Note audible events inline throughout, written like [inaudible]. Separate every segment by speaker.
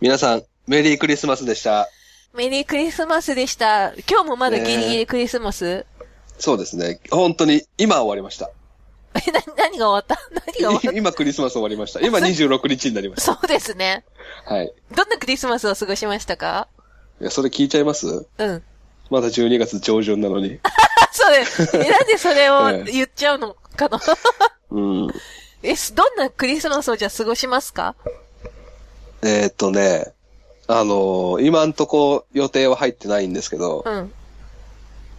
Speaker 1: 皆さん、メリークリスマスでした。
Speaker 2: メリークリスマスでした。今日もまだギリギリクリスマス、
Speaker 1: そうですね。本当に、今終わりました。
Speaker 2: え、 [laughs] な、何が終わった何が終わっ
Speaker 1: 今クリスマス終わりました。今26日になりま
Speaker 2: [laughs] た
Speaker 1: し
Speaker 2: そうですね。
Speaker 1: た。はい。
Speaker 2: どんなクリスマスを過ごしましたか
Speaker 1: いや、それ聞いちゃいます
Speaker 2: うん。
Speaker 1: まだ12月上旬なの
Speaker 2: [laughs]
Speaker 1: に。
Speaker 2: あ、そう [laughs] です。えなんでそれ
Speaker 1: え
Speaker 2: を
Speaker 1: え
Speaker 2: 言っちゃうのかな [laughs]
Speaker 1: うん。
Speaker 2: え、どんなクリスマスをじゃあ過ごしますか
Speaker 1: えーっとね、あのー今んとこ予定は入ってないんですけど、
Speaker 2: うん。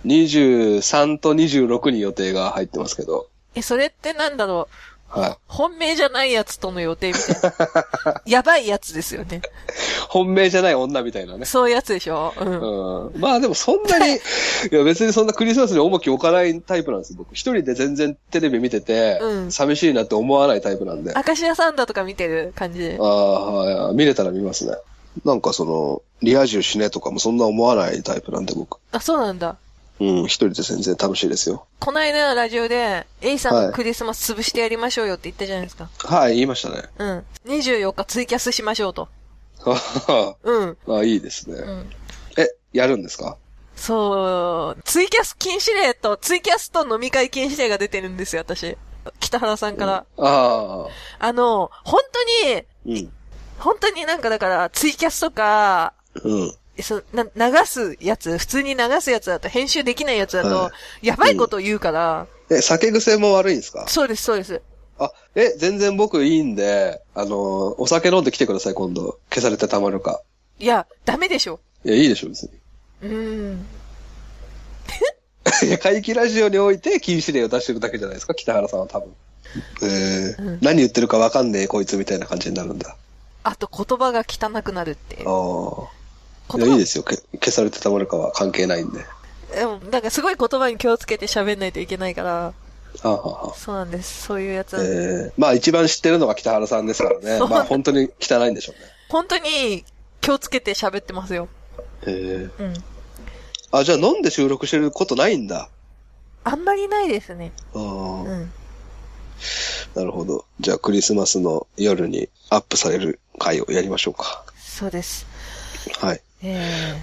Speaker 1: 23と26に予定が入ってますけど、
Speaker 2: え、それってなんだろう。
Speaker 1: はい。
Speaker 2: 本命じゃないやつとの予定みたい [laughs] な。やばいやつですよね。
Speaker 1: 本命じゃない女みたいなね。
Speaker 2: そういうやつでしょうん。
Speaker 1: うん、まあでもそんな
Speaker 2: [laughs]
Speaker 1: に、いや別にそんなクリスマスに重き置かないタイプなんですよ、僕。一人で全然テレビ見てて、
Speaker 2: うん
Speaker 1: 寂しいなって思わないタイプなんで。
Speaker 2: アカシアサンダーとか見てる感じ。
Speaker 1: ああ、はい。見れたら見ますね。なんかその、リア充しねとかもそんな思わないタイプなんで僕。
Speaker 2: あ、そうなんだ。
Speaker 1: うん、一人で全然楽しいですよ。
Speaker 2: この間ラジオで、エイさん
Speaker 1: は
Speaker 2: が
Speaker 1: い
Speaker 2: クリスマス潰してやりましょうよって言ったじゃないですか。
Speaker 1: はい、言いましたね。
Speaker 2: うん。24日ツイキャスしましょうと。
Speaker 1: あ
Speaker 2: うん。
Speaker 1: [laughs] あ、いいですね。
Speaker 2: ん
Speaker 1: え、やるんですか
Speaker 2: そう、ツイキャス禁止令と、ツイキャスと飲み会禁止令が出てるんですよ、私。北原さんから。
Speaker 1: ああ、
Speaker 2: あの、本当に、
Speaker 1: うん。
Speaker 2: 本当になんかだから、ツイキャスとか、
Speaker 1: うん。
Speaker 2: そな流すやつ、普通に流すやつだと、編集できないやつだと、
Speaker 1: は
Speaker 2: やばいことを言うから、
Speaker 1: え、酒癖も悪いんですか
Speaker 2: そうです、そうです。
Speaker 1: あ、え、全然僕いいんで、あの、お酒飲んで来てください、今度。消されてたまるか。
Speaker 2: いや、ダメでしょ。
Speaker 1: いや、いいでしょ、別に。 [laughs]
Speaker 2: うーん。
Speaker 1: いや、怪奇ラジオにおいて禁止令を出してるだけじゃないですか、北原さんは多分。えー
Speaker 2: うん
Speaker 1: 何言ってるかわかんねえ、こいつみたいな感じになるんだ。
Speaker 2: あと、言葉が汚くなるってい
Speaker 1: あ。
Speaker 2: う
Speaker 1: あ。い
Speaker 2: 言
Speaker 1: や、
Speaker 2: 葉
Speaker 1: いいですよ。け消されてたまるかは関係ないんで。
Speaker 2: でも、なんかすごい言葉に気をつけて喋んないといけないから、
Speaker 1: ああああ。
Speaker 2: そうなんです。そういうやつなんです。
Speaker 1: えーまあ一番知ってるのが北原さんですからね。
Speaker 2: そう
Speaker 1: まあ本当に汚いんでしょうね。
Speaker 2: 本当に気をつけて喋ってますよ。
Speaker 1: え
Speaker 2: うん。
Speaker 1: あ、じゃあ飲んで収録してることないんだ。
Speaker 2: あんまりないですね。
Speaker 1: あ
Speaker 2: う
Speaker 1: ー
Speaker 2: ん。
Speaker 1: なるほど。じゃあクリスマスの夜にアップされる回をやりましょうか。
Speaker 2: そうです。
Speaker 1: はい。
Speaker 2: え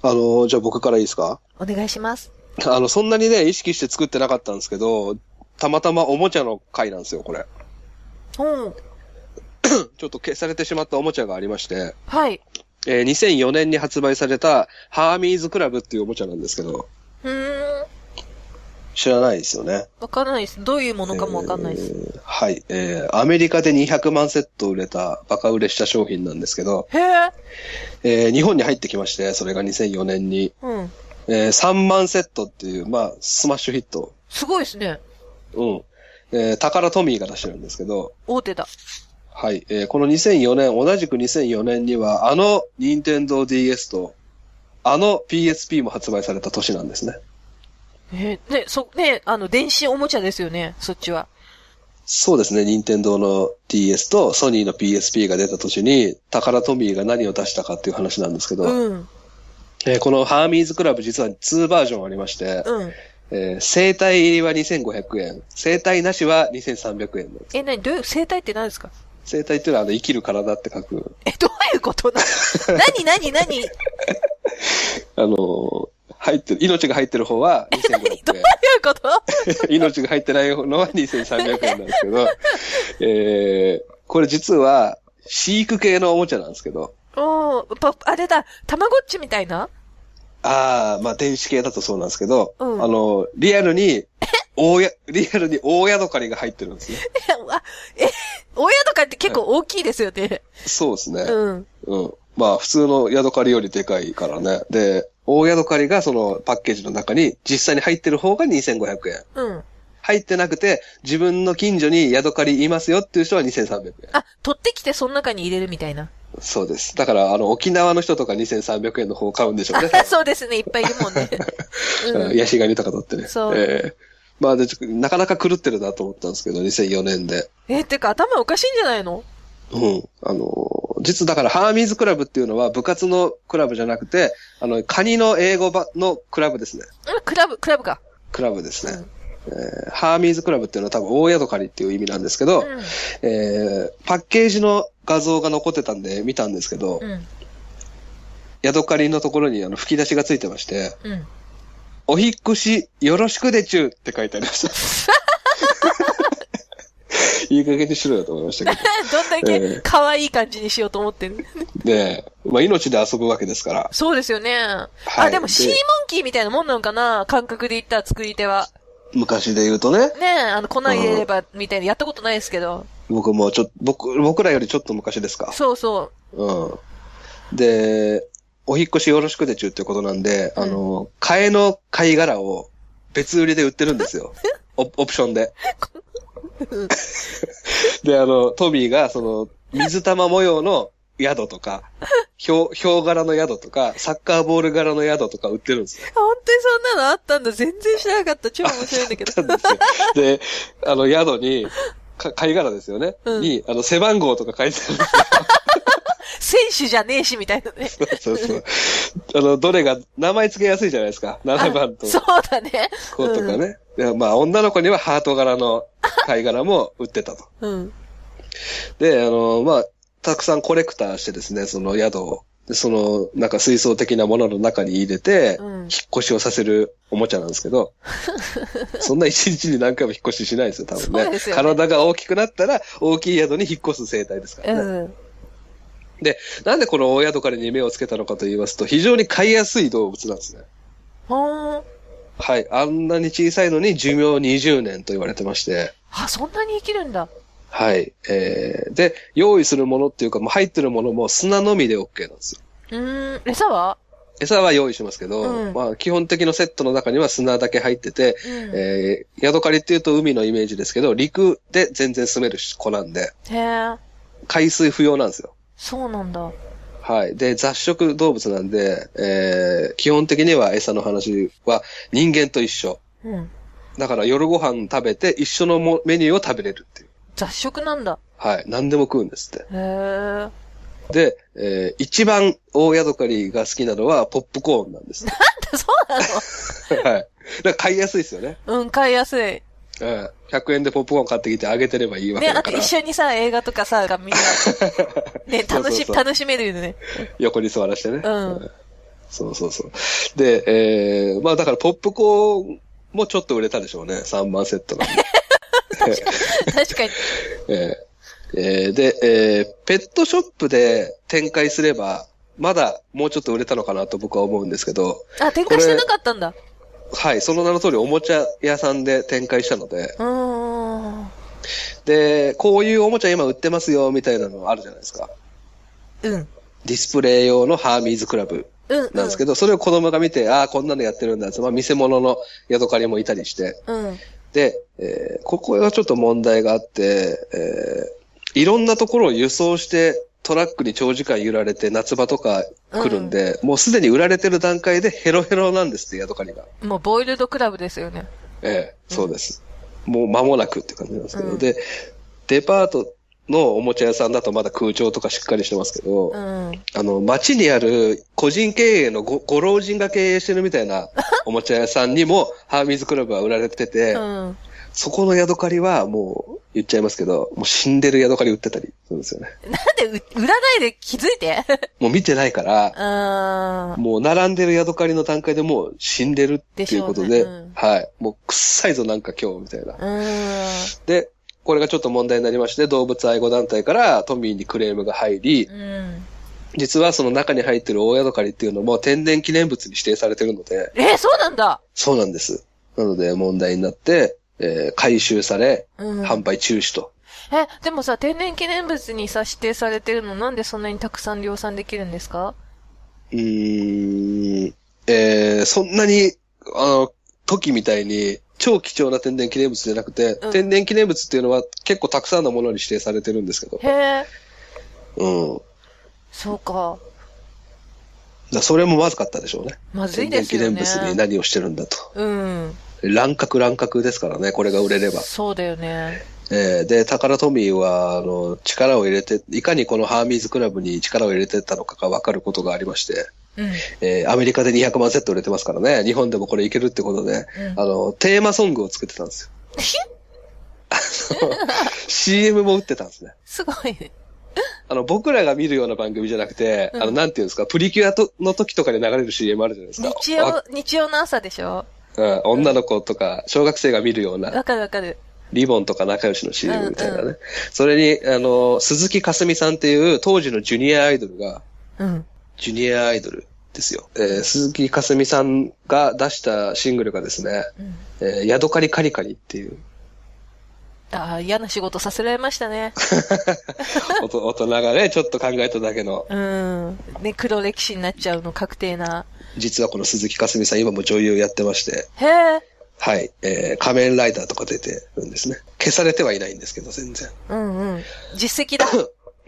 Speaker 1: あのーじゃあ僕からいいですか
Speaker 2: ー、お願いします。
Speaker 1: あの、そんなにね、意識して作ってなかったんですけど、たまたまおもちゃの回なんですよ、これ。
Speaker 2: うん。
Speaker 1: ちょっと消されてしまったおもちゃがありまして、
Speaker 2: はい。
Speaker 1: えー2004年に発売された、ハーミーズクラブっていうおもちゃなんですけど、
Speaker 2: うーん。
Speaker 1: 知らないですよね。
Speaker 2: わかんないです。どういうものかもわかんないです。
Speaker 1: えーはい。えーアメリカで200万セット売れた、バカ売れした商品なんですけど、
Speaker 2: へえ。
Speaker 1: えー日本に入ってきまして、それが2004年に、
Speaker 2: うん。
Speaker 1: えー3万セットっていう、まあ、スマッシュヒット。
Speaker 2: すごいですね。
Speaker 1: うん。えー、タカラトミーが出してるんですけど、
Speaker 2: 大手だ。
Speaker 1: はい。えーこの2004年、同じく2004年には、あの Nintendo DS と、あの PSP も発売された年なんですね。
Speaker 2: えー、ね、そ、ね、あの、電子おもちゃですよね。そっちは。
Speaker 1: そうですね。任天堂の DS とソニーの PSP が出た年に、タカラトミーが何を出したかっていう話なんですけど、
Speaker 2: うん。
Speaker 1: えーこのハーミーズクラブ実は2バージョンありまして、
Speaker 2: うん。
Speaker 1: えー生体入りは2500円、生体なしは2300円の。
Speaker 2: え、なに、どういう、生態って何ですか
Speaker 1: 生体っていうのはあの生きる体って書く、
Speaker 2: え、どういうことな [laughs] 何、何、何
Speaker 1: あのー入ってる、命が入ってる方は
Speaker 2: [laughs] 何ど
Speaker 1: 2500円
Speaker 2: ういう。こと
Speaker 1: 命が入ってないのは2300円なんですけど、えー、これ実は、飼育系のおもちゃなんですけど、
Speaker 2: おーパあれだ、たまごっちみたいな
Speaker 1: ああ、まあ、電子系だとそうなんですけど、
Speaker 2: うん
Speaker 1: あの、リアルに、大や、リアルに大ヤドカリが入ってるんですね。
Speaker 2: え、あえ、親とかって結構大きいですよね。
Speaker 1: そうですね。
Speaker 2: うん。
Speaker 1: うん。まあ、普通のヤドカリよりでかいからね。で、大ヤドカリがそのパッケージの中に実際に入ってる方が2500円。
Speaker 2: うん。
Speaker 1: 入ってなくて、自分の近所にヤドカリいますよっていう人は2300円。
Speaker 2: あ、取ってきてその中に入れるみたいな。
Speaker 1: そうです。だから、あの、沖縄の人とか2300円の方を買うんでしょうね。
Speaker 2: あそうですね、いっぱいいるもんね。
Speaker 1: うんヤシガニとかだってね。
Speaker 2: そう
Speaker 1: ええまあで、ちょなかなか狂ってるなと思ったんですけど、2004年で。
Speaker 2: え、てか頭おかしいんじゃないの
Speaker 1: うん。あのー、実だから、ハーミーズクラブっていうのは部活のクラブじゃなくて、あの、カニの英語ばのクラブですね。
Speaker 2: うん、クラブ、クラブか。
Speaker 1: クラブですね。えーハーミーズクラブっていうのは多分大宿りっていう意味なんですけど、えーパッケージの画像が残ってたんで見たんですけど、
Speaker 2: うん。
Speaker 1: 宿りのところにあの吹き出しがついてまして、
Speaker 2: うん。 [laughs]
Speaker 1: お引っ越しよろしくでちゅって書いてありま
Speaker 2: [laughs]
Speaker 1: した。いい加減にしろよと思いましたけ
Speaker 2: どんだ
Speaker 1: え
Speaker 2: け
Speaker 1: え
Speaker 2: 可愛い感じにしようと思ってる。
Speaker 1: ど。で、まあ、命で遊ぶわけですから。
Speaker 2: そうですよね。
Speaker 1: い
Speaker 2: あ、でも
Speaker 1: で
Speaker 2: シーモンキーみたいなもんなのかな感覚で言ったら作り手は。
Speaker 1: 昔で言うとね、
Speaker 2: ねえ、あの、粉入れれば、みたいな、やったことないですけど。
Speaker 1: 僕もちょっと、僕、僕らよりちょっと昔ですか。
Speaker 2: そうそ
Speaker 1: うん。で、お引っ越しよろしくでちゅっていうことなんで、あの、替えの貝殻を別売りで売ってるんですよ。オオプションで。で、あの、トミーが、その、水玉模様の宿とか、ひょう、ひょう柄の宿とか、サッカーボール柄の宿とか売ってるんですよ
Speaker 2: う。。本当にそんなのあったんだ。全然知らなかった。超面白いんだけど。
Speaker 1: なんですよ。で、あの、宿に、か貝殻ですよね。
Speaker 2: うん
Speaker 1: に、あの、背番号とか書いてあるんですよ
Speaker 2: 選手じゃねえし、みたいなね。
Speaker 1: そうそう。あの、どれが、名前付けやすいじゃないですか。7番と
Speaker 2: あそうだね。
Speaker 1: こうとかね。いやまあ、女の子にはハート柄の貝殻も売ってたと。
Speaker 2: うん。
Speaker 1: で、あの、まあ、たくさんコレクターしてですね、その宿を。でその、なんか水槽的なものの中に入れて、
Speaker 2: うん
Speaker 1: 引っ越しをさせるおもちゃなんですけ
Speaker 2: [laughs]
Speaker 1: ど、そんな一日に何回も引っ越ししないですよ、多分
Speaker 2: そう
Speaker 1: ね。
Speaker 2: ですよね
Speaker 1: 体が大きくなったら、大きい宿に引っ越す生態ですからね。
Speaker 2: うん。
Speaker 1: で、なんでこの大宿からに目をつけたのかと言いますと、非常に飼いやすい動物なんですね。
Speaker 2: ほーん。
Speaker 1: はい。あんなに小さいのに寿命20年と言われてまして。
Speaker 2: あ、そんなに生きるんだ。
Speaker 1: はい。えー、で、用意するものっていうか、もう入ってるものも砂のみで OK なんですよ。
Speaker 2: うーん。餌は
Speaker 1: 餌は用意しますけど、
Speaker 2: うん
Speaker 1: まあ、基本的なセットの中には砂だけ入ってて、
Speaker 2: うん。へ
Speaker 1: えー、ヤドカリっていうと海のイメージですけど、陸で全然住める子なんで、
Speaker 2: え。
Speaker 1: 海水不要なんですよ。
Speaker 2: そうなんだ。
Speaker 1: はい。で、雑食動物なんで、えー、基本的には餌の話は人間と一緒。
Speaker 2: うん。
Speaker 1: だから夜ご飯食べて一緒のもメニューを食べれるっていう。
Speaker 2: 雑食なんだ。
Speaker 1: はい。何でも食うんですって。
Speaker 2: へえ。
Speaker 1: で、えー一番大ヤドカリが好きなのはポップコーンなん
Speaker 2: [laughs]
Speaker 1: です。は
Speaker 2: [laughs] そうなの
Speaker 1: い。だから買いやすいですよね。 [laughs]
Speaker 2: うん、買いやすい。ね、
Speaker 1: うん。100円でポップコーン買ってきてあげてればいいわけ
Speaker 2: あ
Speaker 1: だ
Speaker 2: と
Speaker 1: か
Speaker 2: 一
Speaker 1: ら、
Speaker 2: 緒にさ、映画とかさ、がみんな、ね、
Speaker 1: そう
Speaker 2: 楽し、
Speaker 1: そう
Speaker 2: 楽しめるよね。
Speaker 1: 横に座らしてね。
Speaker 2: うん
Speaker 1: そうそうそう。で、えーまあだからポップコーンもちょっと売れたでしょうね。3万セットなん
Speaker 2: [laughs]
Speaker 1: で。
Speaker 2: 確かに。
Speaker 1: えーえーで、えーペットショップで展開すれば、まだもうちょっと売れたのかなと僕は思うんですけど、
Speaker 2: あ、展開してなかったんだ。
Speaker 1: はい、その名の通りおもちゃ屋さんで展開したので、
Speaker 2: うーん。
Speaker 1: で、こういうおもちゃ今売ってますよ、みたいなのあるじゃないですか。
Speaker 2: うん。
Speaker 1: ディスプレイ用のハーミーズクラブ
Speaker 2: うん。
Speaker 1: なんですけど、それを子供が見て、ああ、こんなのやってるんだって、まあ、見せ物の宿カリもいたりして。
Speaker 2: ど。うん。
Speaker 1: で、えーここがちょっと問題があって、えーいろんなところを輸送して、トラックに長時間揺られて夏場とか来るんで、もうすでに売られてる段階でヘロヘロなんですって、宿カリが。
Speaker 2: もう、ボイルドクラブですよね。
Speaker 1: ええ、そうです。もう間もなくって感じなんですけど、
Speaker 2: うん
Speaker 1: で、デパートのおもちゃ屋さんだとまだ空調とかしっかりしてますけど、
Speaker 2: うん。
Speaker 1: あの、街にある個人経営のごご老人が経営してるみたい
Speaker 2: [laughs]
Speaker 1: なおもちゃ屋さんにも、ハーミーズクラブは売られてて、
Speaker 2: うん。 [laughs]
Speaker 1: そこのヤドカリはもう、言っちゃいますけど、もう死んでるヤドカリ売ってたりするんですよね。
Speaker 2: なんで、う売らないで気づいて [laughs]
Speaker 1: もう見てないから
Speaker 2: う、ーん。
Speaker 1: もう並んでるヤドカリの段階でもう死んでるっていうことで、
Speaker 2: でしょうねうん
Speaker 1: はい。もう臭いぞなんか今日みたいな。
Speaker 2: うー
Speaker 1: で、これがちょっと問題になりまして、動物愛護団体からトミーにクレームが入り
Speaker 2: ん。、うん。
Speaker 1: 実はその中に入ってる大ヤドカリっていうのも天然記念物に指定されてるので、
Speaker 2: え、そうなんだ
Speaker 1: そうなんです。なので問題になって、えー回収され、
Speaker 2: うん。
Speaker 1: 販売中止と。
Speaker 2: え、でもさ、天然記念物にさ、指定されてるの、なんでそんなにたくさん量産できるんですか
Speaker 1: うーん、えーそんなに、あの、時みたいに、超貴重な天然記念物じゃなくて、
Speaker 2: うん
Speaker 1: 天然記念物っていうのは結構たくさんのものに指定されてるんですけど、
Speaker 2: へえ、
Speaker 1: うん。だか
Speaker 2: そうか。
Speaker 1: らそれもまずかったでしょうね。
Speaker 2: まずい
Speaker 1: 天然
Speaker 2: です
Speaker 1: 記
Speaker 2: よ
Speaker 1: 念
Speaker 2: ね。
Speaker 1: 物に何をしてるんだと。
Speaker 2: うん。
Speaker 1: 乱獲乱獲ですからね、これが売れれば。
Speaker 2: そうだよね。
Speaker 1: えーで、タカラトミーは、あの、力を入れて、いかにこのハーミーズクラブに力を入れてったのかがわかることがありまして、
Speaker 2: ううん。
Speaker 1: えーアメリカで200万セット売れてますからね、日本でもこれいけるってことで、
Speaker 2: うん
Speaker 1: あの、テーマソングを作ってたんですよ。あの CM も打ってたんですね。
Speaker 2: すごいね。
Speaker 1: あの、僕らが見るような番組じゃなくて、あの、なんていうんですか、プリキュアとの時とかで流れる CM あるじゃないですか。
Speaker 2: 日
Speaker 1: わ
Speaker 2: 曜、日曜の朝でしょ
Speaker 1: うん、女の子とか、小学生が見るような、
Speaker 2: わかるわかる。
Speaker 1: リボンとか仲良しの CM みたいなね。
Speaker 2: うんう
Speaker 1: それに、あの、鈴木かすみさんっていう当時のジュニアアイドルが、
Speaker 2: うん。
Speaker 1: ジュニアアイドルですよ。えー鈴木かすみさんが出したシングルがですね、
Speaker 2: うん。
Speaker 1: えーヤドカリカリカリって
Speaker 2: [laughs]
Speaker 1: いう、
Speaker 2: ああ、嫌な仕事させられましたね。
Speaker 1: おと大人がね、ちょっと考えただけの、
Speaker 2: うん。ね、黒歴史になっちゃうの確定な。
Speaker 1: 実はこの鈴木かすみさん今も女優やってまして、
Speaker 2: へえ。
Speaker 1: はい、えー仮面ライダーとか出てるんですね。消されてはいないんですけど、全然。
Speaker 2: うんうん。
Speaker 1: [laughs]
Speaker 2: 実績だ。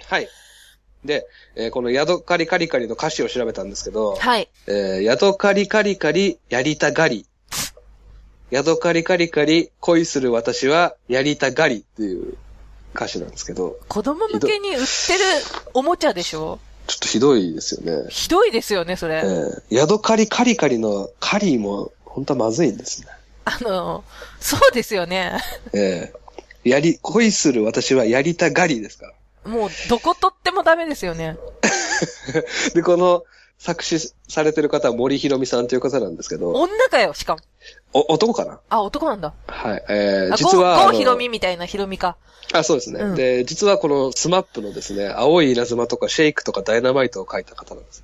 Speaker 1: はい。で、えーこのヤドカリカリカリの歌詞を調べたんですけど、
Speaker 2: はい。
Speaker 1: えー、ヤドカリカリカリ、やりたがり。ヤドカリカリカリ、恋する私は、やりたがりっていう歌詞なんですけど、
Speaker 2: 子供向けに売ってるおもちゃでしょ
Speaker 1: ちょっとひどいですよね。
Speaker 2: ひどいですよね、それ。
Speaker 1: えー、ヤドカリカリカリのカリも、本当はまずいんですね。
Speaker 2: あの、そうですよね。
Speaker 1: えー、やり、恋する私はやりたがりですから。 [laughs]
Speaker 2: もう、どこ取ってもダメですよね。
Speaker 1: で、この作詞されてる方は森ひろみさんという方なんですけど、
Speaker 2: 女かよ、しかも。
Speaker 1: お、男かな
Speaker 2: あ、男なんだ。
Speaker 1: はい。えー、
Speaker 2: あ、
Speaker 1: 実は。
Speaker 2: ゴ
Speaker 1: あ
Speaker 2: ー
Speaker 1: の
Speaker 2: ヒロミみたいなヒロミか。
Speaker 1: あ、そうですね。
Speaker 2: うん
Speaker 1: で、実はこのスマップのですね、青い稲妻とかシェイクとかダイナマイトを書いた方なんです。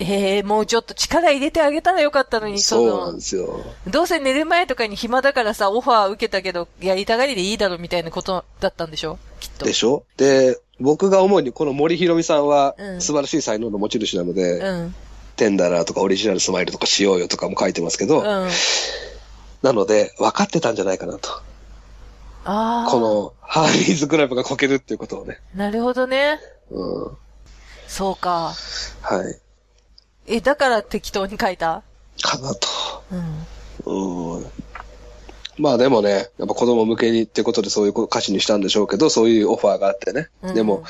Speaker 2: ええもうちょっと力入れてあげたらよかったのに、そ
Speaker 1: そうな
Speaker 2: の
Speaker 1: んですよ。
Speaker 2: どうせ寝る前とかに暇だからさ、オファー受けたけど、やりたがりでいいだろみたいなことだったんでしょきっと。
Speaker 1: でしょで、僕が思うにこの森ひろみさんは
Speaker 2: うん
Speaker 1: 素晴らしい才能の持ち主なので、
Speaker 2: うん。
Speaker 1: テンダラーとかオリジナルスマイルとかしようよとかも書いてますけど、
Speaker 2: うん。
Speaker 1: なので分かってたんじゃないかなと。
Speaker 2: ああ。
Speaker 1: このハーリーズクラブがこけるっていうことをね。
Speaker 2: なるほどね。
Speaker 1: うん。は
Speaker 2: そうか。
Speaker 1: い。
Speaker 2: え、だから適当に書いた
Speaker 1: かなと。
Speaker 2: うん。
Speaker 1: うん。まあでもね、やっぱ子供向けにってことでそういう歌詞にしたんでしょうけど、そういうオファーがあってね。
Speaker 2: うん
Speaker 1: でも、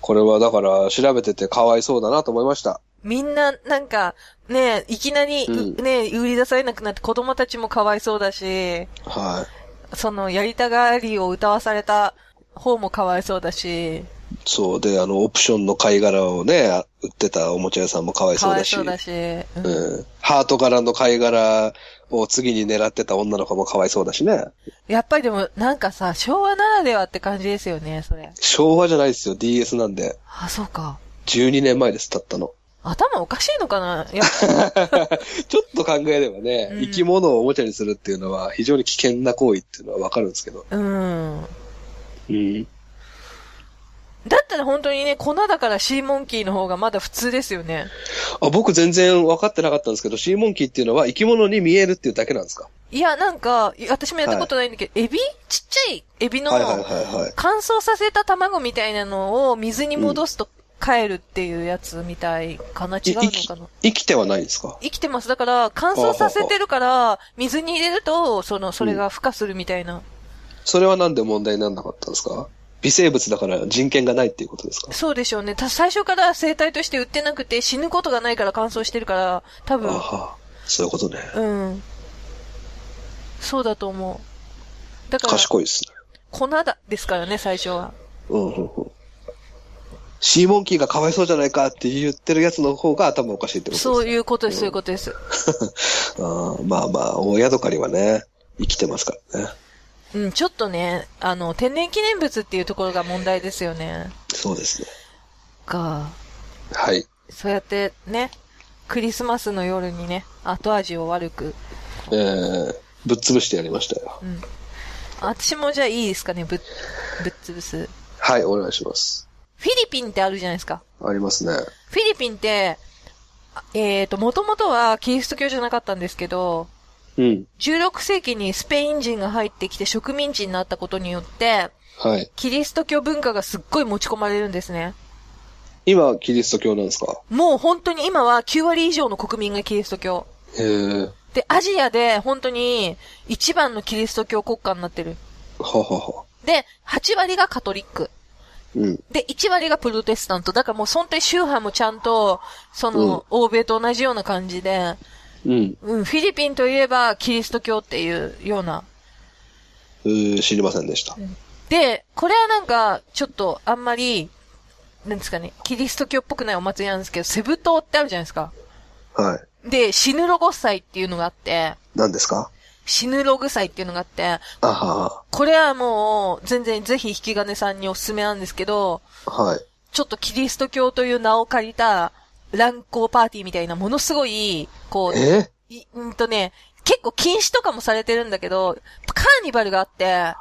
Speaker 1: これはだから調べててかわいそうだなと思いました。
Speaker 2: みんな、なんか、ねいきなり、
Speaker 1: うん
Speaker 2: うね売り出されなくなって子供たちもかわいそうだし、
Speaker 1: は
Speaker 2: その、やりたがりを歌わされた方もかわいそうだし、
Speaker 1: い。そうで、あの、オプションの貝殻をね、あ売ってたおもちゃ屋さんもかわい
Speaker 2: か
Speaker 1: そう
Speaker 2: わ
Speaker 1: だ
Speaker 2: い
Speaker 1: し。
Speaker 2: そうだし、うん
Speaker 1: うん。ハート柄の貝殻を次に狙ってた女の子もかわいそうだしね。
Speaker 2: やっぱりでも、なんかさ、昭和ならではって感じですよね、それ。
Speaker 1: 昭和じゃないですよ、DS なんで。
Speaker 2: あ、そうか。
Speaker 1: 12年前です、たったの。
Speaker 2: 頭おかしいのかない [laughs] や、
Speaker 1: [laughs] ちょっと考えればね、
Speaker 2: うん
Speaker 1: 生き物をおもちゃにするっていうのは非常に危険な行為っていうのはわかるんですけど。
Speaker 2: うん。
Speaker 1: うん。
Speaker 2: だったら本当にね、粉だからシーモンキーの方がまだ普通ですよね。
Speaker 1: あ僕全然分かってなかったんですけど、シーモンキーっていうのは生き物に見えるっていうだけなんですか
Speaker 2: いや、なんか、い私もやったことないんだけど、エビちっちゃいエビの
Speaker 1: はいはいはいはい。
Speaker 2: 乾燥させた卵みたいなのを水に戻すと帰るっていうやつみたいかな、違うの
Speaker 1: い
Speaker 2: かな
Speaker 1: 生きてはないんですか
Speaker 2: 生きてます。だから、乾燥させてるから、水に入れると、その、それが孵化するみたいな。
Speaker 1: それはなんで問題にならなかったんですか微生物だから人権がないっていうことですか
Speaker 2: そうでしょうね。た最初から生体として売ってなくて、死ぬことがないから乾燥してるから、多
Speaker 1: あ
Speaker 2: 分、
Speaker 1: はそういうことね。
Speaker 2: うん。そうだと思う。だから、
Speaker 1: 賢いですね。
Speaker 2: 粉だ、ですからね、最初は。
Speaker 1: うんうんうん。シーモンキーがかわいそうじゃないかって言ってるやつの方が頭おかしいってことですね
Speaker 2: そういうことです、そういうことです。
Speaker 1: [laughs] あーまあまあ、大宿かりはね、生きてますからね。
Speaker 2: うん、ちょっとね、あの、天然記念物っていうところが問題ですよね。
Speaker 1: そうですね。
Speaker 2: か。
Speaker 1: はい。
Speaker 2: そうやってね、クリスマスの夜にね、後味を悪く。
Speaker 1: えー、ぶっ潰してやりましたよ。
Speaker 2: うん。私もじゃあいいですかね、ぶっ、ぶっ潰す。
Speaker 1: はい、お願いします。
Speaker 2: フィリピンってあるじゃないですか。
Speaker 1: ありますね。
Speaker 2: フィリピンって、あえっ、と、もともとはキリスト教じゃなかったんですけど、
Speaker 1: うん。
Speaker 2: 16世紀にスペイン人が入ってきて植民地になったことによって、
Speaker 1: はい。
Speaker 2: キリスト教文化がすっごい持ち込まれるんですね。
Speaker 1: 今、キリスト教なんですか
Speaker 2: もう本当に今は9割以上の国民がキリスト教。
Speaker 1: へー。
Speaker 2: で、アジアで本当に一番のキリスト教国家になってる。
Speaker 1: ははは。
Speaker 2: で、8割がカトリック。
Speaker 1: うん。
Speaker 2: で、1割がプロテスタント。だからもう本当に宗派もちゃんと、その、欧米と同じような感じで、
Speaker 1: うん。
Speaker 2: うん、フィリピンといえばキリスト教っていうような。
Speaker 1: うー知りませんでした。
Speaker 2: で、これはなんか、ちょっとあんまり、なんですかね、キリスト教っぽくないお祭りなんですけど、セブ島ってあるじゃないですか。
Speaker 1: はい。
Speaker 2: で、シヌロゴ祭っていうのがあって、
Speaker 1: 何ですか
Speaker 2: シヌログ祭っていうのがあって、
Speaker 1: あは
Speaker 2: これはもう、全然ぜひ引き金さんにおすすめなんですけど、
Speaker 1: は。はい。
Speaker 2: ちょっとキリスト教という名を借りた乱行パーティーみたいな、ものすごい、こう、
Speaker 1: え
Speaker 2: いうんとね、結構禁止とかもされてるんだけど、カーニバルがあって、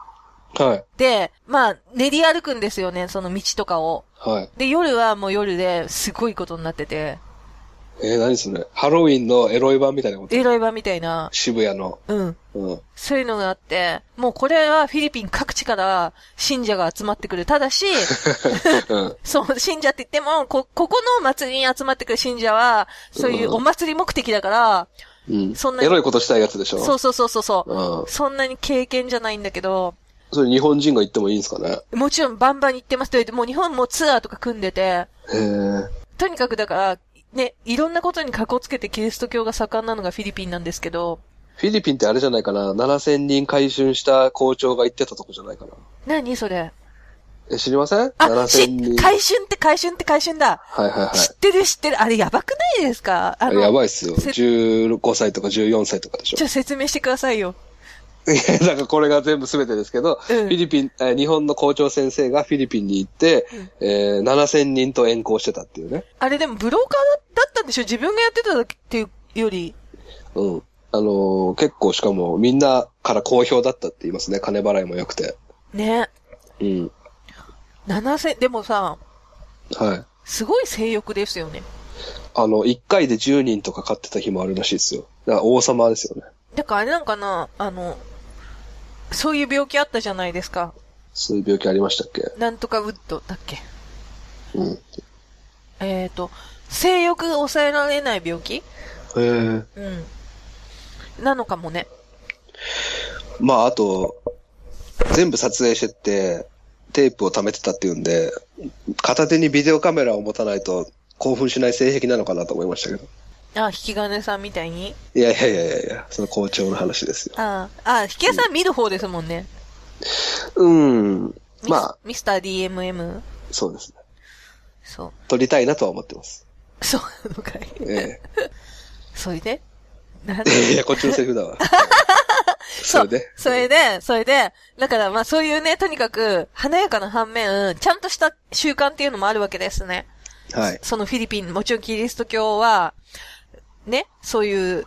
Speaker 1: はい。
Speaker 2: で、まあ、練り歩くんですよね、その道とかを。
Speaker 1: はい。
Speaker 2: で、夜はもう夜ですごいことになってて、
Speaker 1: えー、何それハロウィンのエロい版みたいなこと
Speaker 2: エロい場みたいな、
Speaker 1: 渋谷の。
Speaker 2: うん。
Speaker 1: うん。
Speaker 2: そういうのがあって、もうこれはフィリピン各地から信者が集まってくる。ただし、
Speaker 1: うん。
Speaker 2: そう、信者って言っても、こ、ここの祭りに集まってくる信者は、そういうお祭り目的だから、
Speaker 1: うん。
Speaker 2: そんなに
Speaker 1: エロいことしたいやつでしょ。
Speaker 2: そうそうそうそうそう
Speaker 1: うん
Speaker 2: う。。そんなに経験じゃないんだけど、
Speaker 1: それ日本人が言ってもいいんですかね
Speaker 2: もちろんバンバンに行ってますと言って、もう日本もツアーとか組んでて、
Speaker 1: へえ。
Speaker 2: とにかくだから、ね、いろんなことにかこつけてキリスト教が盛んなのがフィリピンなんですけど、
Speaker 1: フィリピンってあれじゃないかな ?7000 人回収した校長が言ってたとこじゃないかな
Speaker 2: 何それ
Speaker 1: え、知りません
Speaker 2: あ、
Speaker 1: ?7000
Speaker 2: し、
Speaker 1: 人。
Speaker 2: 回春って回春って回春だ。
Speaker 1: はいはいはい。
Speaker 2: 知ってる知ってる。あれやばくないですかあ
Speaker 1: あれや
Speaker 2: の、
Speaker 1: ばいっすよ。
Speaker 2: せ
Speaker 1: 15歳とか14歳とかでしょ
Speaker 2: ちょっと説明してくださいよ。
Speaker 1: いや、だからこれが全部全てですけど、
Speaker 2: うん
Speaker 1: フィリピン、えー日本の校長先生がフィリピンに行って、えー7000人と遠行してたっていうね。
Speaker 2: あれでもブローカーだったんでしょ自分がやってたっていうより。
Speaker 1: うん。あのー結構しかもみんなから好評だったって言いますね。金払いも良くて。
Speaker 2: ね。
Speaker 1: うん。
Speaker 2: 7000、でもさ、
Speaker 1: はい。
Speaker 2: すごい性欲ですよね。
Speaker 1: あの、1回で10人とか買ってた日もあるらしいですよ。だから王様ですよね。
Speaker 2: だからあれなんかな、あの、そういう病気あったじゃないですか。
Speaker 1: そういう病気ありましたっけ
Speaker 2: なんとかウッドだっけ。
Speaker 1: うん。へ
Speaker 2: えっ、と、性欲が抑えられない病気
Speaker 1: え。
Speaker 2: うん。なのかもね。
Speaker 1: まあ、あと、全部撮影してって、テープを貯めてたっていうんで、片手にビデオカメラを持たないと興奮しない性癖なのかなと思いましたけど。
Speaker 2: あ、引き金さんみたいに。
Speaker 1: いやいやいやいやいや、その校長の話ですよ。
Speaker 2: ああ、引き金さん見る方ですもんね。
Speaker 1: うん。
Speaker 2: ミス
Speaker 1: まあ、
Speaker 2: ミスター DMM?
Speaker 1: そうですね。
Speaker 2: そ
Speaker 1: 撮りたいなとは思ってます。
Speaker 2: う。そう [laughs] なのかい。
Speaker 1: [laughs] え
Speaker 2: それでなん
Speaker 1: え
Speaker 2: で
Speaker 1: いや、こっちのセリフだ [laughs] わ。それで。
Speaker 2: それで、それで、だからまあそういうね、とにかく華やかな反面、ちゃんとした習慣っていうのもあるわけですね。
Speaker 1: はい。
Speaker 2: そのフィリピン、もちろんキリスト教は、ね、そういう、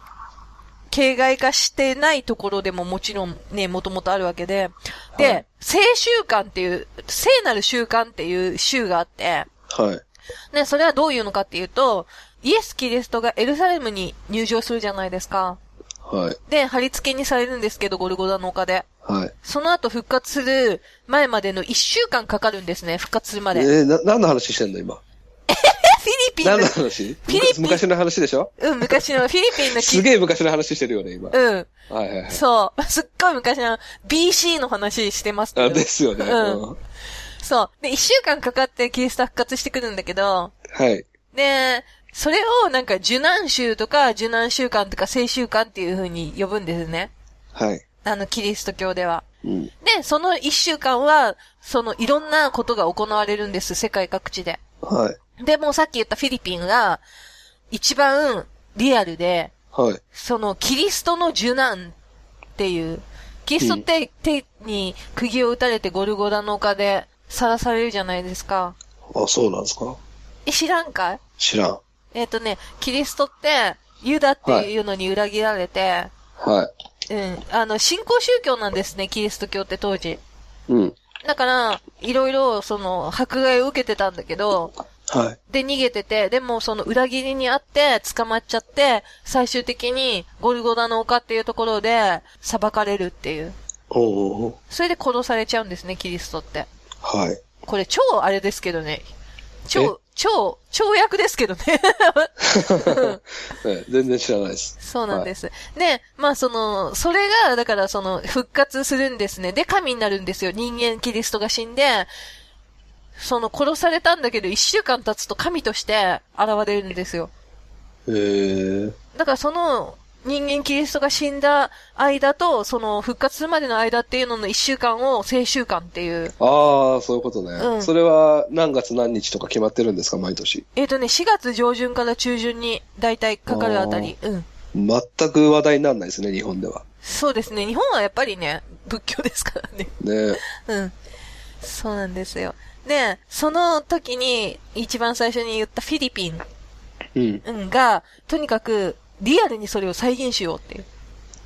Speaker 2: 形骸化してないところでももちろんね、もともとあるわけで、で、
Speaker 1: はい
Speaker 2: 性習慣っていう、聖なる習慣っていう習があって、
Speaker 1: はい。
Speaker 2: ね、それはどういうのかっていうと、イエス・キリストがエルサレムに入場するじゃないですか。
Speaker 1: はい。
Speaker 2: で、貼り付けにされるんですけど、ゴルゴダの丘で。
Speaker 1: はい。
Speaker 2: その後復活する前までの1週間かかるんですね、復活するま
Speaker 1: え
Speaker 2: で。え、
Speaker 1: ー、な、何の話してんの今。
Speaker 2: フィリピン
Speaker 1: 何
Speaker 2: の
Speaker 1: の、話
Speaker 2: ィリピン
Speaker 1: 昔の話でしょ
Speaker 2: うん、昔の、フィリピン
Speaker 1: [laughs]
Speaker 2: のき
Speaker 1: すげえ昔の話してるよね、今。
Speaker 2: うん、
Speaker 1: はいはいはい。
Speaker 2: そう。すっごい昔の BC の話してますけ
Speaker 1: あ
Speaker 2: ど。
Speaker 1: ですよね。
Speaker 2: うん
Speaker 1: うん
Speaker 2: そう。で、1週間かかってキリストは復活してくるんだけど、
Speaker 1: はい。
Speaker 2: で、それをなんか受難週とか受難習慣とか聖習慣っていう風に呼ぶんですね。
Speaker 1: はい。
Speaker 2: あの、キリスト教では。
Speaker 1: うん。
Speaker 2: で、その1週間は、そのいろんなことが行われるんです、世界各地で。
Speaker 1: はい。
Speaker 2: で、もうさっき言ったフィリピンが、一番リアルで、
Speaker 1: はい。
Speaker 2: そのキリストの受難っていう、キリストって手に釘を打たれてゴルゴダの丘で晒されるじゃないですか。
Speaker 1: あ、そうなんですか
Speaker 2: え、知らんかい
Speaker 1: 知らん。
Speaker 2: えっ、とね、キリストって、ユダっていうのに裏切られて、
Speaker 1: は
Speaker 2: うん、あの、信仰宗教なんですね、キリスト教って当時。
Speaker 1: い。うん。
Speaker 2: だから、いろいろ、その、迫害を受けてたんだけど、
Speaker 1: はい。
Speaker 2: で、逃げてて、でもその裏切りにあって、捕まっちゃって、最終的にゴルゴダの丘っていうところで、裁かれるっていう。
Speaker 1: おうおうおう
Speaker 2: それで殺されちゃうんですね、キリストって。 [laughs]
Speaker 1: はい。
Speaker 2: これ超あれですけどね。超、超、超役ですけどね。 [laughs]
Speaker 1: ええ全然知らないです。。
Speaker 2: そうなんですす。で、まあその、それが、だからその、復活するんですね。で、神になるんですよ。人間、キリストが死んで、その殺されたんだけど、一週間経つと神として現れるんですよ。
Speaker 1: へえ。
Speaker 2: だからその人間キリストが死んだ間と、その復活するまでの間っていうのの一週間を聖週間っていう。
Speaker 1: ああ、そういうことね、
Speaker 2: うん
Speaker 1: それは何月何日とか決まってるんですか、毎年。
Speaker 2: えっ、とね、4月上旬から中旬に大体かかるあたり。うん。
Speaker 1: 全く話題にならないですね、日本では。
Speaker 2: そうですね。日本はやっぱりね、仏教ですからね。 [laughs]
Speaker 1: ね
Speaker 2: うん。そうなんですよ。で、その時に一番最初に言ったフィリピン、
Speaker 1: うん。
Speaker 2: うん、が、とにかくリアルにそれを再現しようっていう。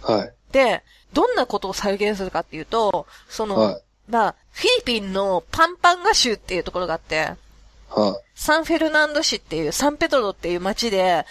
Speaker 1: はい。
Speaker 2: で、どんなことを再現するかっていうと、その、
Speaker 1: はい。
Speaker 2: まあ、フィリピンのパンパンガ州っていうところがあって、
Speaker 1: は
Speaker 2: サンフェルナンド市っていう、サンペドロっていう町で、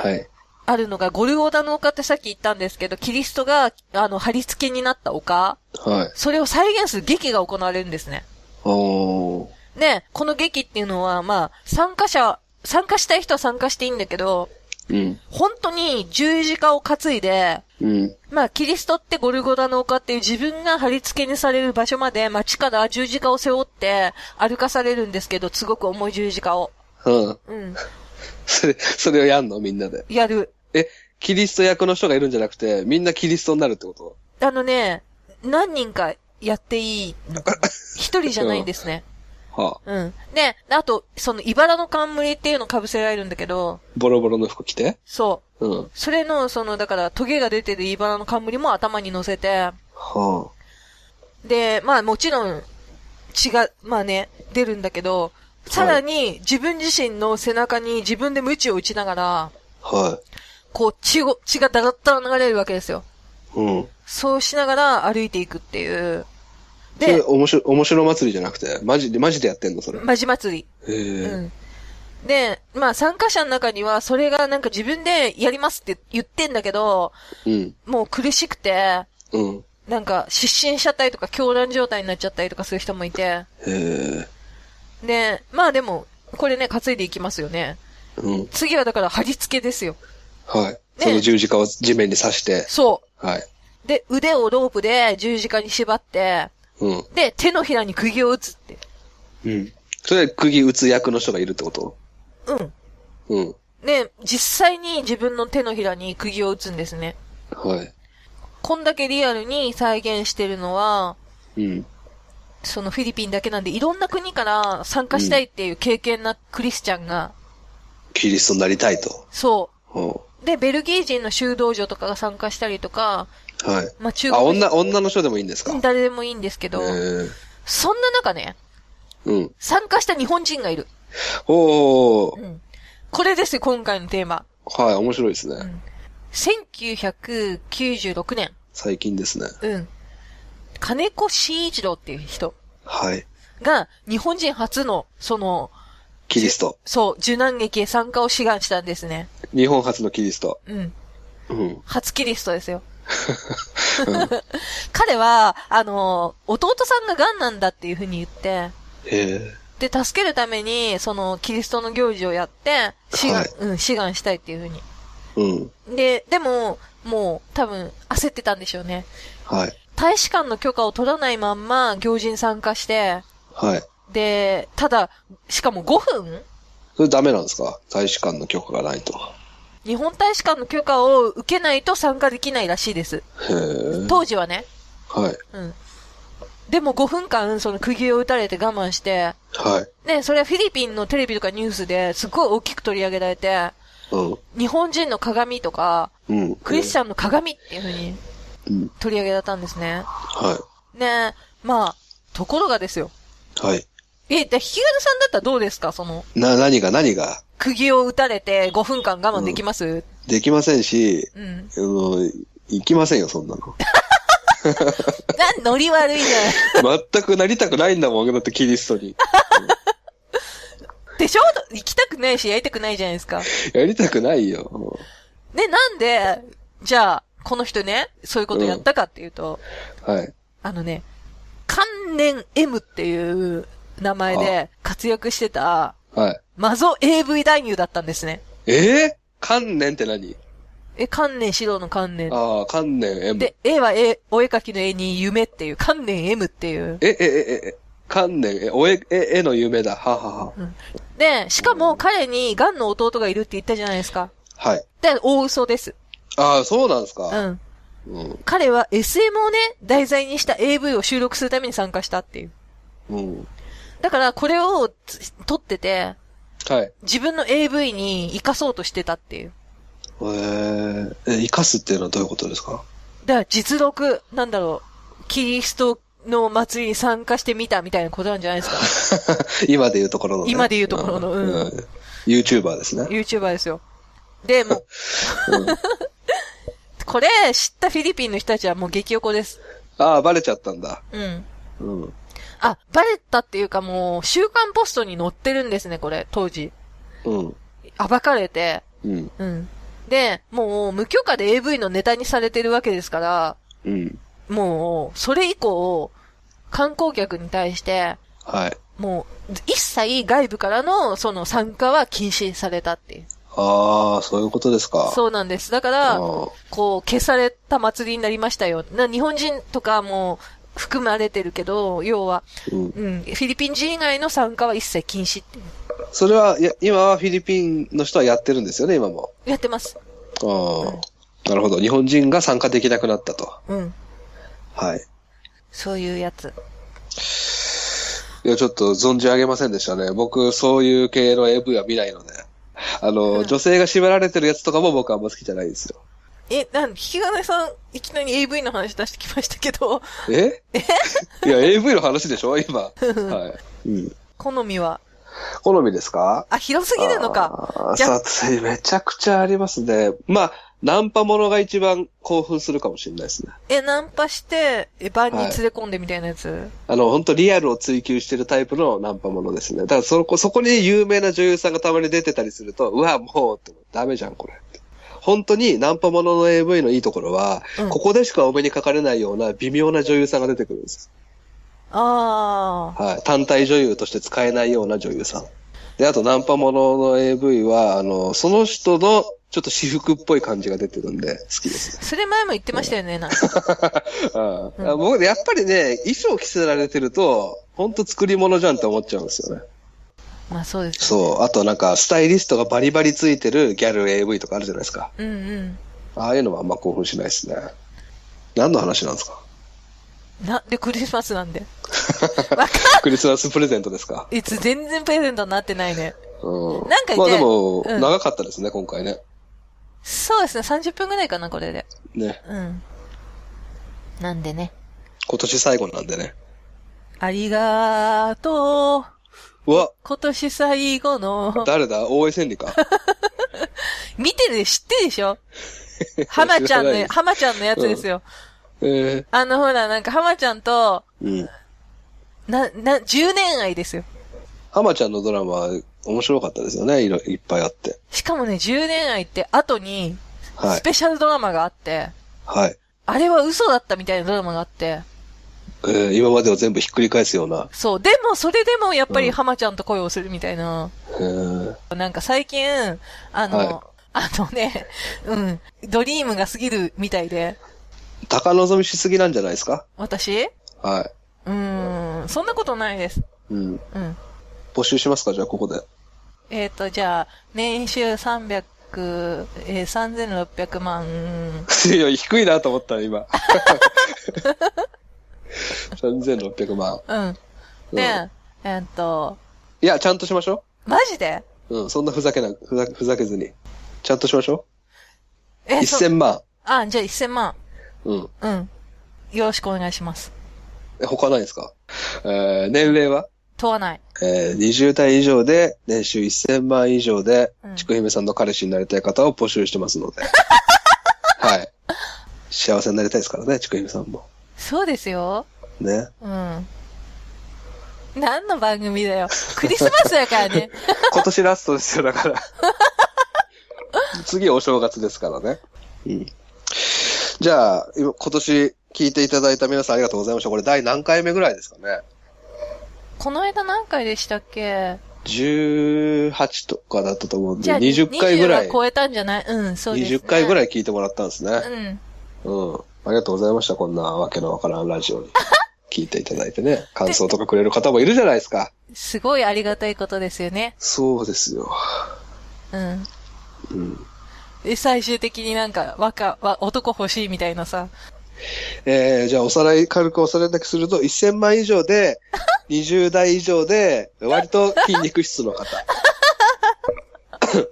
Speaker 1: い。はい。
Speaker 2: あるのがゴルゴダの丘ってさっき言ったんですけど、キリストが、あの、貼り付けになった丘、
Speaker 1: はい。
Speaker 2: それを再現する劇が行われるんですね。
Speaker 1: おー。
Speaker 2: ね、この劇っていうのは、まあ、参加者、参加したい人は参加していいんだけど、
Speaker 1: うん。
Speaker 2: 本当に十字架を担いで、
Speaker 1: うん。
Speaker 2: まあ、キリストってゴルゴダの丘っていう自分が貼り付けにされる場所まで街から十字架を背負って歩かされるんですけど、すごく重い十字架を。
Speaker 1: うん。
Speaker 2: うん。
Speaker 1: [laughs] それ、それをやんのみんなで。
Speaker 2: やる。
Speaker 1: え、キリスト役の人がいるんじゃなくて、みんなキリストになるってこと
Speaker 2: あのね、何人かやっていいのかな一人じゃないんですね。
Speaker 1: はあ、
Speaker 2: うん。で、あと、その、茨の冠っていうの被せられるんだけど、
Speaker 1: ボロボロの服着て
Speaker 2: そう。
Speaker 1: うん。
Speaker 2: それの、その、だから、トゲが出てる茨の冠も頭に乗せて、
Speaker 1: は
Speaker 2: で、まあもちろん、血が、まあね、出るんだけど、さらに自分自身の背中に自分で鞭を打ちながら、
Speaker 1: あ、は
Speaker 2: こう血を、血がだらったら流れるわけですよ。
Speaker 1: い。うん。
Speaker 2: そうしながら歩いていくっていう。
Speaker 1: それ、
Speaker 2: で、
Speaker 1: おもしろ、面白祭りじゃなくて、マジで、マジでやってんのそれ。へ
Speaker 2: まじ祭り。
Speaker 1: え、
Speaker 2: うん。で、まあ参加者の中には、それがなんか自分でやりますって言ってんだけど、
Speaker 1: うん。
Speaker 2: もう苦しくて、
Speaker 1: うん。
Speaker 2: なんか失神しちゃったりとか、狂乱状態になっちゃったりとかする人もいて、
Speaker 1: へえ、
Speaker 2: で、まあでも、これね、担いでいきますよね。
Speaker 1: うん。
Speaker 2: 次はだから貼り付けですよ。
Speaker 1: はい。その十字架を地面に刺して、
Speaker 2: そ
Speaker 1: はい。
Speaker 2: う。で、腕をロープで十字架に縛って、
Speaker 1: うん。
Speaker 2: で、手のひらに釘を打つって。
Speaker 1: うん。それ、釘打つ役の人がいるってこと
Speaker 2: うん。
Speaker 1: うん。
Speaker 2: で、実際に自分の手のひらに釘を打つんですね。
Speaker 1: はい。
Speaker 2: こんだけリアルに再現してるのは、
Speaker 1: うん。
Speaker 2: そのフィリピンだけなんで、いろんな国から参加したいっていう経験なクリスチャンが、
Speaker 1: キリストになりたいと。
Speaker 2: そ
Speaker 1: うん。
Speaker 2: う。で、ベルギー人の修道女とかが参加したりとか、
Speaker 1: はい。
Speaker 2: まあ中
Speaker 1: あ、
Speaker 2: 国人
Speaker 1: 女、女の人でもいいんですか
Speaker 2: 誰でもいいんですけ
Speaker 1: へ
Speaker 2: ど、
Speaker 1: え、
Speaker 2: そんな中ね、
Speaker 1: うん。
Speaker 2: 参加した日本人がいる。
Speaker 1: おー、
Speaker 2: うん。これですよ、今回のテーマ。
Speaker 1: はい、面白いですね。
Speaker 2: 1996年。
Speaker 1: 最近ですね。
Speaker 2: うん。金子慎一郎っていう人
Speaker 1: はい。
Speaker 2: が、日本人初の、その、
Speaker 1: キリスト。
Speaker 2: そう、受難劇へ参加を志願したんですね。
Speaker 1: 日本初のキリスト。
Speaker 2: うん。
Speaker 1: うん。
Speaker 2: 初キリストですよ。 [laughs] 彼は、あの、弟さんが癌なんだっていうふうに言って、
Speaker 1: へえ。
Speaker 2: で、助けるために、その、キリストの行事をやって、志願、
Speaker 1: はい
Speaker 2: うん、志願したいっていうふうに
Speaker 1: うん。
Speaker 2: で、でも、もう、多分、焦ってたんでしょうね。
Speaker 1: はい。
Speaker 2: 大使館の許可を取らないまんま、行事に参加して、
Speaker 1: はい。
Speaker 2: で、ただ、しかも5分
Speaker 1: それダメなんですか大使館の許可がないと。
Speaker 2: 日本大使館の許可を受けないと参加できないらしいです。
Speaker 1: へえ。
Speaker 2: 当時はね。
Speaker 1: はい。
Speaker 2: うん。でも5分間、その釘を打たれて我慢して、
Speaker 1: はい。
Speaker 2: ね、それはフィリピンのテレビとかニュースですごい大きく取り上げられて、
Speaker 1: うん。
Speaker 2: 日本人の鏡とか、
Speaker 1: うん。
Speaker 2: クリスチ
Speaker 1: ャ
Speaker 2: ャンの鏡っていう風に
Speaker 1: ン。うん。
Speaker 2: 取り上げられたんですね。
Speaker 1: は
Speaker 2: ねまあ、ところがですよ。
Speaker 1: い。はい。
Speaker 2: え、で、引き金さんだったらどうですかその、
Speaker 1: な、何が何が
Speaker 2: 釘を打たれて5分間我慢できます、
Speaker 1: できませんし、
Speaker 2: うん、
Speaker 1: あの、行きませんよ、そんなの。
Speaker 2: なん、ノリ悪いね。 [laughs]
Speaker 1: 全くなりたくないんだもん、だってキリストに。
Speaker 2: でしょ行きたくないし、やりたくないじゃないですか。
Speaker 1: やりたくないよ。うん
Speaker 2: ね、なんで、じゃあ、この人ね、そういうことやったかっていうと、
Speaker 1: はい。
Speaker 2: あのね、関連 M っていう名前で活躍してた、
Speaker 1: はい。
Speaker 2: マゾ AV 男優だったんですね。
Speaker 1: ええ観念って何
Speaker 2: え、関連指導の関連。
Speaker 1: ああ、観念 M。
Speaker 2: で、A は A、お絵描きの絵に夢っていう、関連 M っていう。
Speaker 1: え、え、え、え、観念、え、おえ、え、絵の夢だ。ははは。
Speaker 2: で、しかも彼にガンの弟がいるって言ったじゃないですか。
Speaker 1: はい。
Speaker 2: で、大嘘です。
Speaker 1: ああ、そうなんです
Speaker 2: う
Speaker 1: か。
Speaker 2: ん。
Speaker 1: うん。
Speaker 2: 彼は SM をね、題材にした AV を収録するために参加したっていう。
Speaker 1: うん。
Speaker 2: だから、これをつ撮ってて、
Speaker 1: はい。
Speaker 2: 自分の AV に活かそうとしてたっていう。
Speaker 1: えー、え、生かすっていうのはどういうことですか [laughs]
Speaker 2: だから、実録、なんだろう、キリストの祭りに参加してみたみたいなことなんじゃないですか。
Speaker 1: 今で言うところの、ね。
Speaker 2: 今で言うところのうん
Speaker 1: ん YouTuber ですね。
Speaker 2: YouTuber ですよ。で、もう、 [laughs] これ、知ったフィリピンの人たちはもう激横です。
Speaker 1: ああ、バレちゃったんだ。
Speaker 2: うん。
Speaker 1: うん。
Speaker 2: あ、バレたっていうかもう、週刊ポストに載ってるんですね、これ、当時。
Speaker 1: うん。
Speaker 2: 暴かれて。
Speaker 1: うん。
Speaker 2: うん。で、もう、無許可で AV のネタにされてるわけですから、
Speaker 1: うん。
Speaker 2: もう、それ以降、観光客に対して、
Speaker 1: はい。
Speaker 2: もう、一切外部からの、その参加は禁止されたっていう。
Speaker 1: ああ、そういうことですか。う
Speaker 2: そうなんです。だか
Speaker 1: あ
Speaker 2: ら、
Speaker 1: ー
Speaker 2: こう、消された祭りになりましたよ。な日本人とかも含まれてるけど、要は、
Speaker 1: うん。
Speaker 2: うん、フィリピン人以外の参加は一切禁止って
Speaker 1: それは、いや、今はフィリピンの人はやってるんですよね、今も。
Speaker 2: やってます。
Speaker 1: ああ。なるほど。日本人が参加できなくなったと。
Speaker 2: うん。
Speaker 1: はい。
Speaker 2: そういうやつ。
Speaker 1: いや、ちょっと存じ上げませんでしたね。僕、そういう系の AV は見ないので。あの、女性が縛られてるやつとかも僕はあんま好きじゃないですよ。
Speaker 2: え、なん、引き金さん、いきなり AV の話出してきましたけど、
Speaker 1: えいや、AV の話でしょ今。はい。うん。
Speaker 2: 好みは。
Speaker 1: 好みですか
Speaker 2: あ、広すぎるのか。
Speaker 1: あー
Speaker 2: じゃあ
Speaker 1: 撮影めちゃくちゃありますね。まあ、ナンパものが一番興奮するかもしれないですね。
Speaker 2: え、ナンパして、え、バーに
Speaker 1: はい
Speaker 2: 連れ込んでみたいなやつ。
Speaker 1: あの、本当リアルを追求してるタイプのナンパものですね。だからそこ、そこに有名な女優さんがたまに出てたりすると、うわ、もう、ダメじゃん、これ。本当にナンパものの AV のいいところは、
Speaker 2: うん
Speaker 1: ここでしかお目にかかれないような微妙な女優さんが出てくるんです。
Speaker 2: ああ。
Speaker 1: はい。単体女優として使えないような女優さん。で、あとナンパものの AV は、あの、その人のちょっと私服っぽい感じが出てるんで、好きです。
Speaker 2: それ前も言ってましたよね、なんか。
Speaker 1: [laughs] ああ僕ね、やっぱりね、衣装着せられてると、ほんと作り物じゃんって思っちゃうんですよね。
Speaker 2: まあそうです。
Speaker 1: そう。あとなんか、スタイリストがバリバリついてるギャル AV とかあるじゃないですか。
Speaker 2: うんうん。
Speaker 1: ああいうのはあんま興奮しないですね。何の話なんです
Speaker 2: [laughs]
Speaker 1: か
Speaker 2: な、で、クリスマスなんで。
Speaker 1: クリスマスプレゼントですか
Speaker 2: いつ全然プレゼントになってないね。
Speaker 1: うん。
Speaker 2: なんかね
Speaker 1: まあでも、
Speaker 2: うん
Speaker 1: 長かったですね、今回ね。
Speaker 2: そうですね、30分ぐらいかな、これで。
Speaker 1: ね。
Speaker 2: うん。なんでね。
Speaker 1: 今年最後なんでね。
Speaker 2: ありがとう。
Speaker 1: うわ、
Speaker 2: 今年最後の。
Speaker 1: 誰だ大江千里か。
Speaker 2: 見てるで知ってるでしょ [laughs] 浜ちゃん
Speaker 1: 知らない
Speaker 2: の
Speaker 1: で、す
Speaker 2: 浜ちゃんのやつですよ。
Speaker 1: え
Speaker 2: あの、ほら、なんか浜ちゃんと、
Speaker 1: えうん。
Speaker 2: な、な、10年愛ですよ。
Speaker 1: 浜ちゃんのドラマ、面白かったですよね。いろ、いっぱいあって。
Speaker 2: しかもね、10年愛って後に、
Speaker 1: は
Speaker 2: ス
Speaker 1: い。
Speaker 2: ペシャルドラマがあって、
Speaker 1: はい。
Speaker 2: あれは嘘だったみたいなドラマがあって、
Speaker 1: えー今までを全部ひっくり返すような。
Speaker 2: そう。でも、それでも、やっぱ
Speaker 1: う
Speaker 2: り
Speaker 1: ん
Speaker 2: 浜ちゃんと恋をするみたいな。
Speaker 1: えー
Speaker 2: なんか最近、あの、
Speaker 1: は
Speaker 2: あのね、うん、ドリームが過ぎるみたいで、
Speaker 1: 高望みしすぎなんじゃないですか
Speaker 2: 私う
Speaker 1: は
Speaker 2: ーん、そんなことないです。
Speaker 1: い。うん。
Speaker 2: うん。
Speaker 1: 募集しますかじゃあ、ここで。 [laughs]
Speaker 2: えっ、と、じゃあ、年収300、えー、3600万。
Speaker 1: いや、低いなと思ったら今。3600万。
Speaker 2: うん。
Speaker 1: うん
Speaker 2: で、えっ、と、
Speaker 1: いや、ちゃんとしましょ
Speaker 2: マジで
Speaker 1: う。うん、そんなふざけな、ふざふざけずに。ちゃんとしましょう。
Speaker 2: えー、そう。
Speaker 1: 1000万。
Speaker 2: あ、じゃあ1000万。
Speaker 1: うん。
Speaker 2: うん。よろしくお願いします。
Speaker 1: え、他ないですかえー、年齢は
Speaker 2: 問わない。
Speaker 1: えー、20代以上で、年収1000万以上で
Speaker 2: うん、
Speaker 1: ちくひめさんの彼氏になりたい方を募集してますの
Speaker 2: [laughs]
Speaker 1: で。はい。幸せになりたいですからね、ちくひめさんも。
Speaker 2: そうですよ。
Speaker 1: ね。
Speaker 2: うん。何の番組だよ。クリスマスだから [laughs] ね。
Speaker 1: 今年ラストですよ、だ [laughs] から。次お正月ですからね。うん。じゃあ、今今年聞いていただいた皆さんありがとうございました。これ第何回目ぐらいですかね。
Speaker 2: この間何回でしたっけ
Speaker 1: 18とかだったと思うん
Speaker 2: じ
Speaker 1: で、
Speaker 2: ゃあ、
Speaker 1: 20回ぐら、
Speaker 2: 20はい超えたんじゃないうん、そうです、ね。
Speaker 1: 20回ぐら
Speaker 2: い。
Speaker 1: い聞いてもらったんです
Speaker 2: う
Speaker 1: ね。
Speaker 2: ん。 [laughs]
Speaker 1: うん。ありがとうございました。こんなわけのわからんラジオに。聞いていただいてね、感想とかくれる方もいるじゃないですか。
Speaker 2: すごいありがたいことですよね。
Speaker 1: そうですよ。
Speaker 2: うん。
Speaker 1: うん。
Speaker 2: で、最終的になんか、若、わ男欲しいみたいなさ。
Speaker 1: えー、じゃあおさらい、軽くおさらいだけすると、1000万以上
Speaker 2: [laughs]
Speaker 1: で、20代以上で、割と筋肉質
Speaker 2: [laughs]
Speaker 1: の方。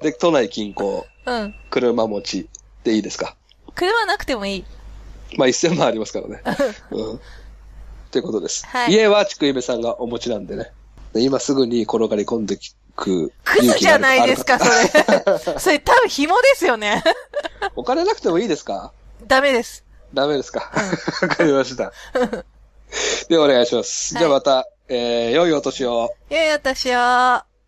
Speaker 1: で、都内近郊、
Speaker 2: うん。
Speaker 1: 車持ちでいいですか。
Speaker 2: 車なくてもいい。
Speaker 1: まあ、1000万あります
Speaker 2: [laughs]
Speaker 1: からね。うん。ということです。
Speaker 2: はい
Speaker 1: 家はちくいべさんがお持ちなんでね。で今すぐに転がり込んでく。
Speaker 2: クズじゃないですか、
Speaker 1: 勇気
Speaker 2: それ。 [laughs] それ多分紐ですよね。
Speaker 1: のある方。お金なくてもいいですか
Speaker 2: ダメです。
Speaker 1: ダメですか [laughs] わかりま
Speaker 2: [laughs]
Speaker 1: した。で、お願いします。じゃあまた、えー、良いお年を。
Speaker 2: いやいや、私は、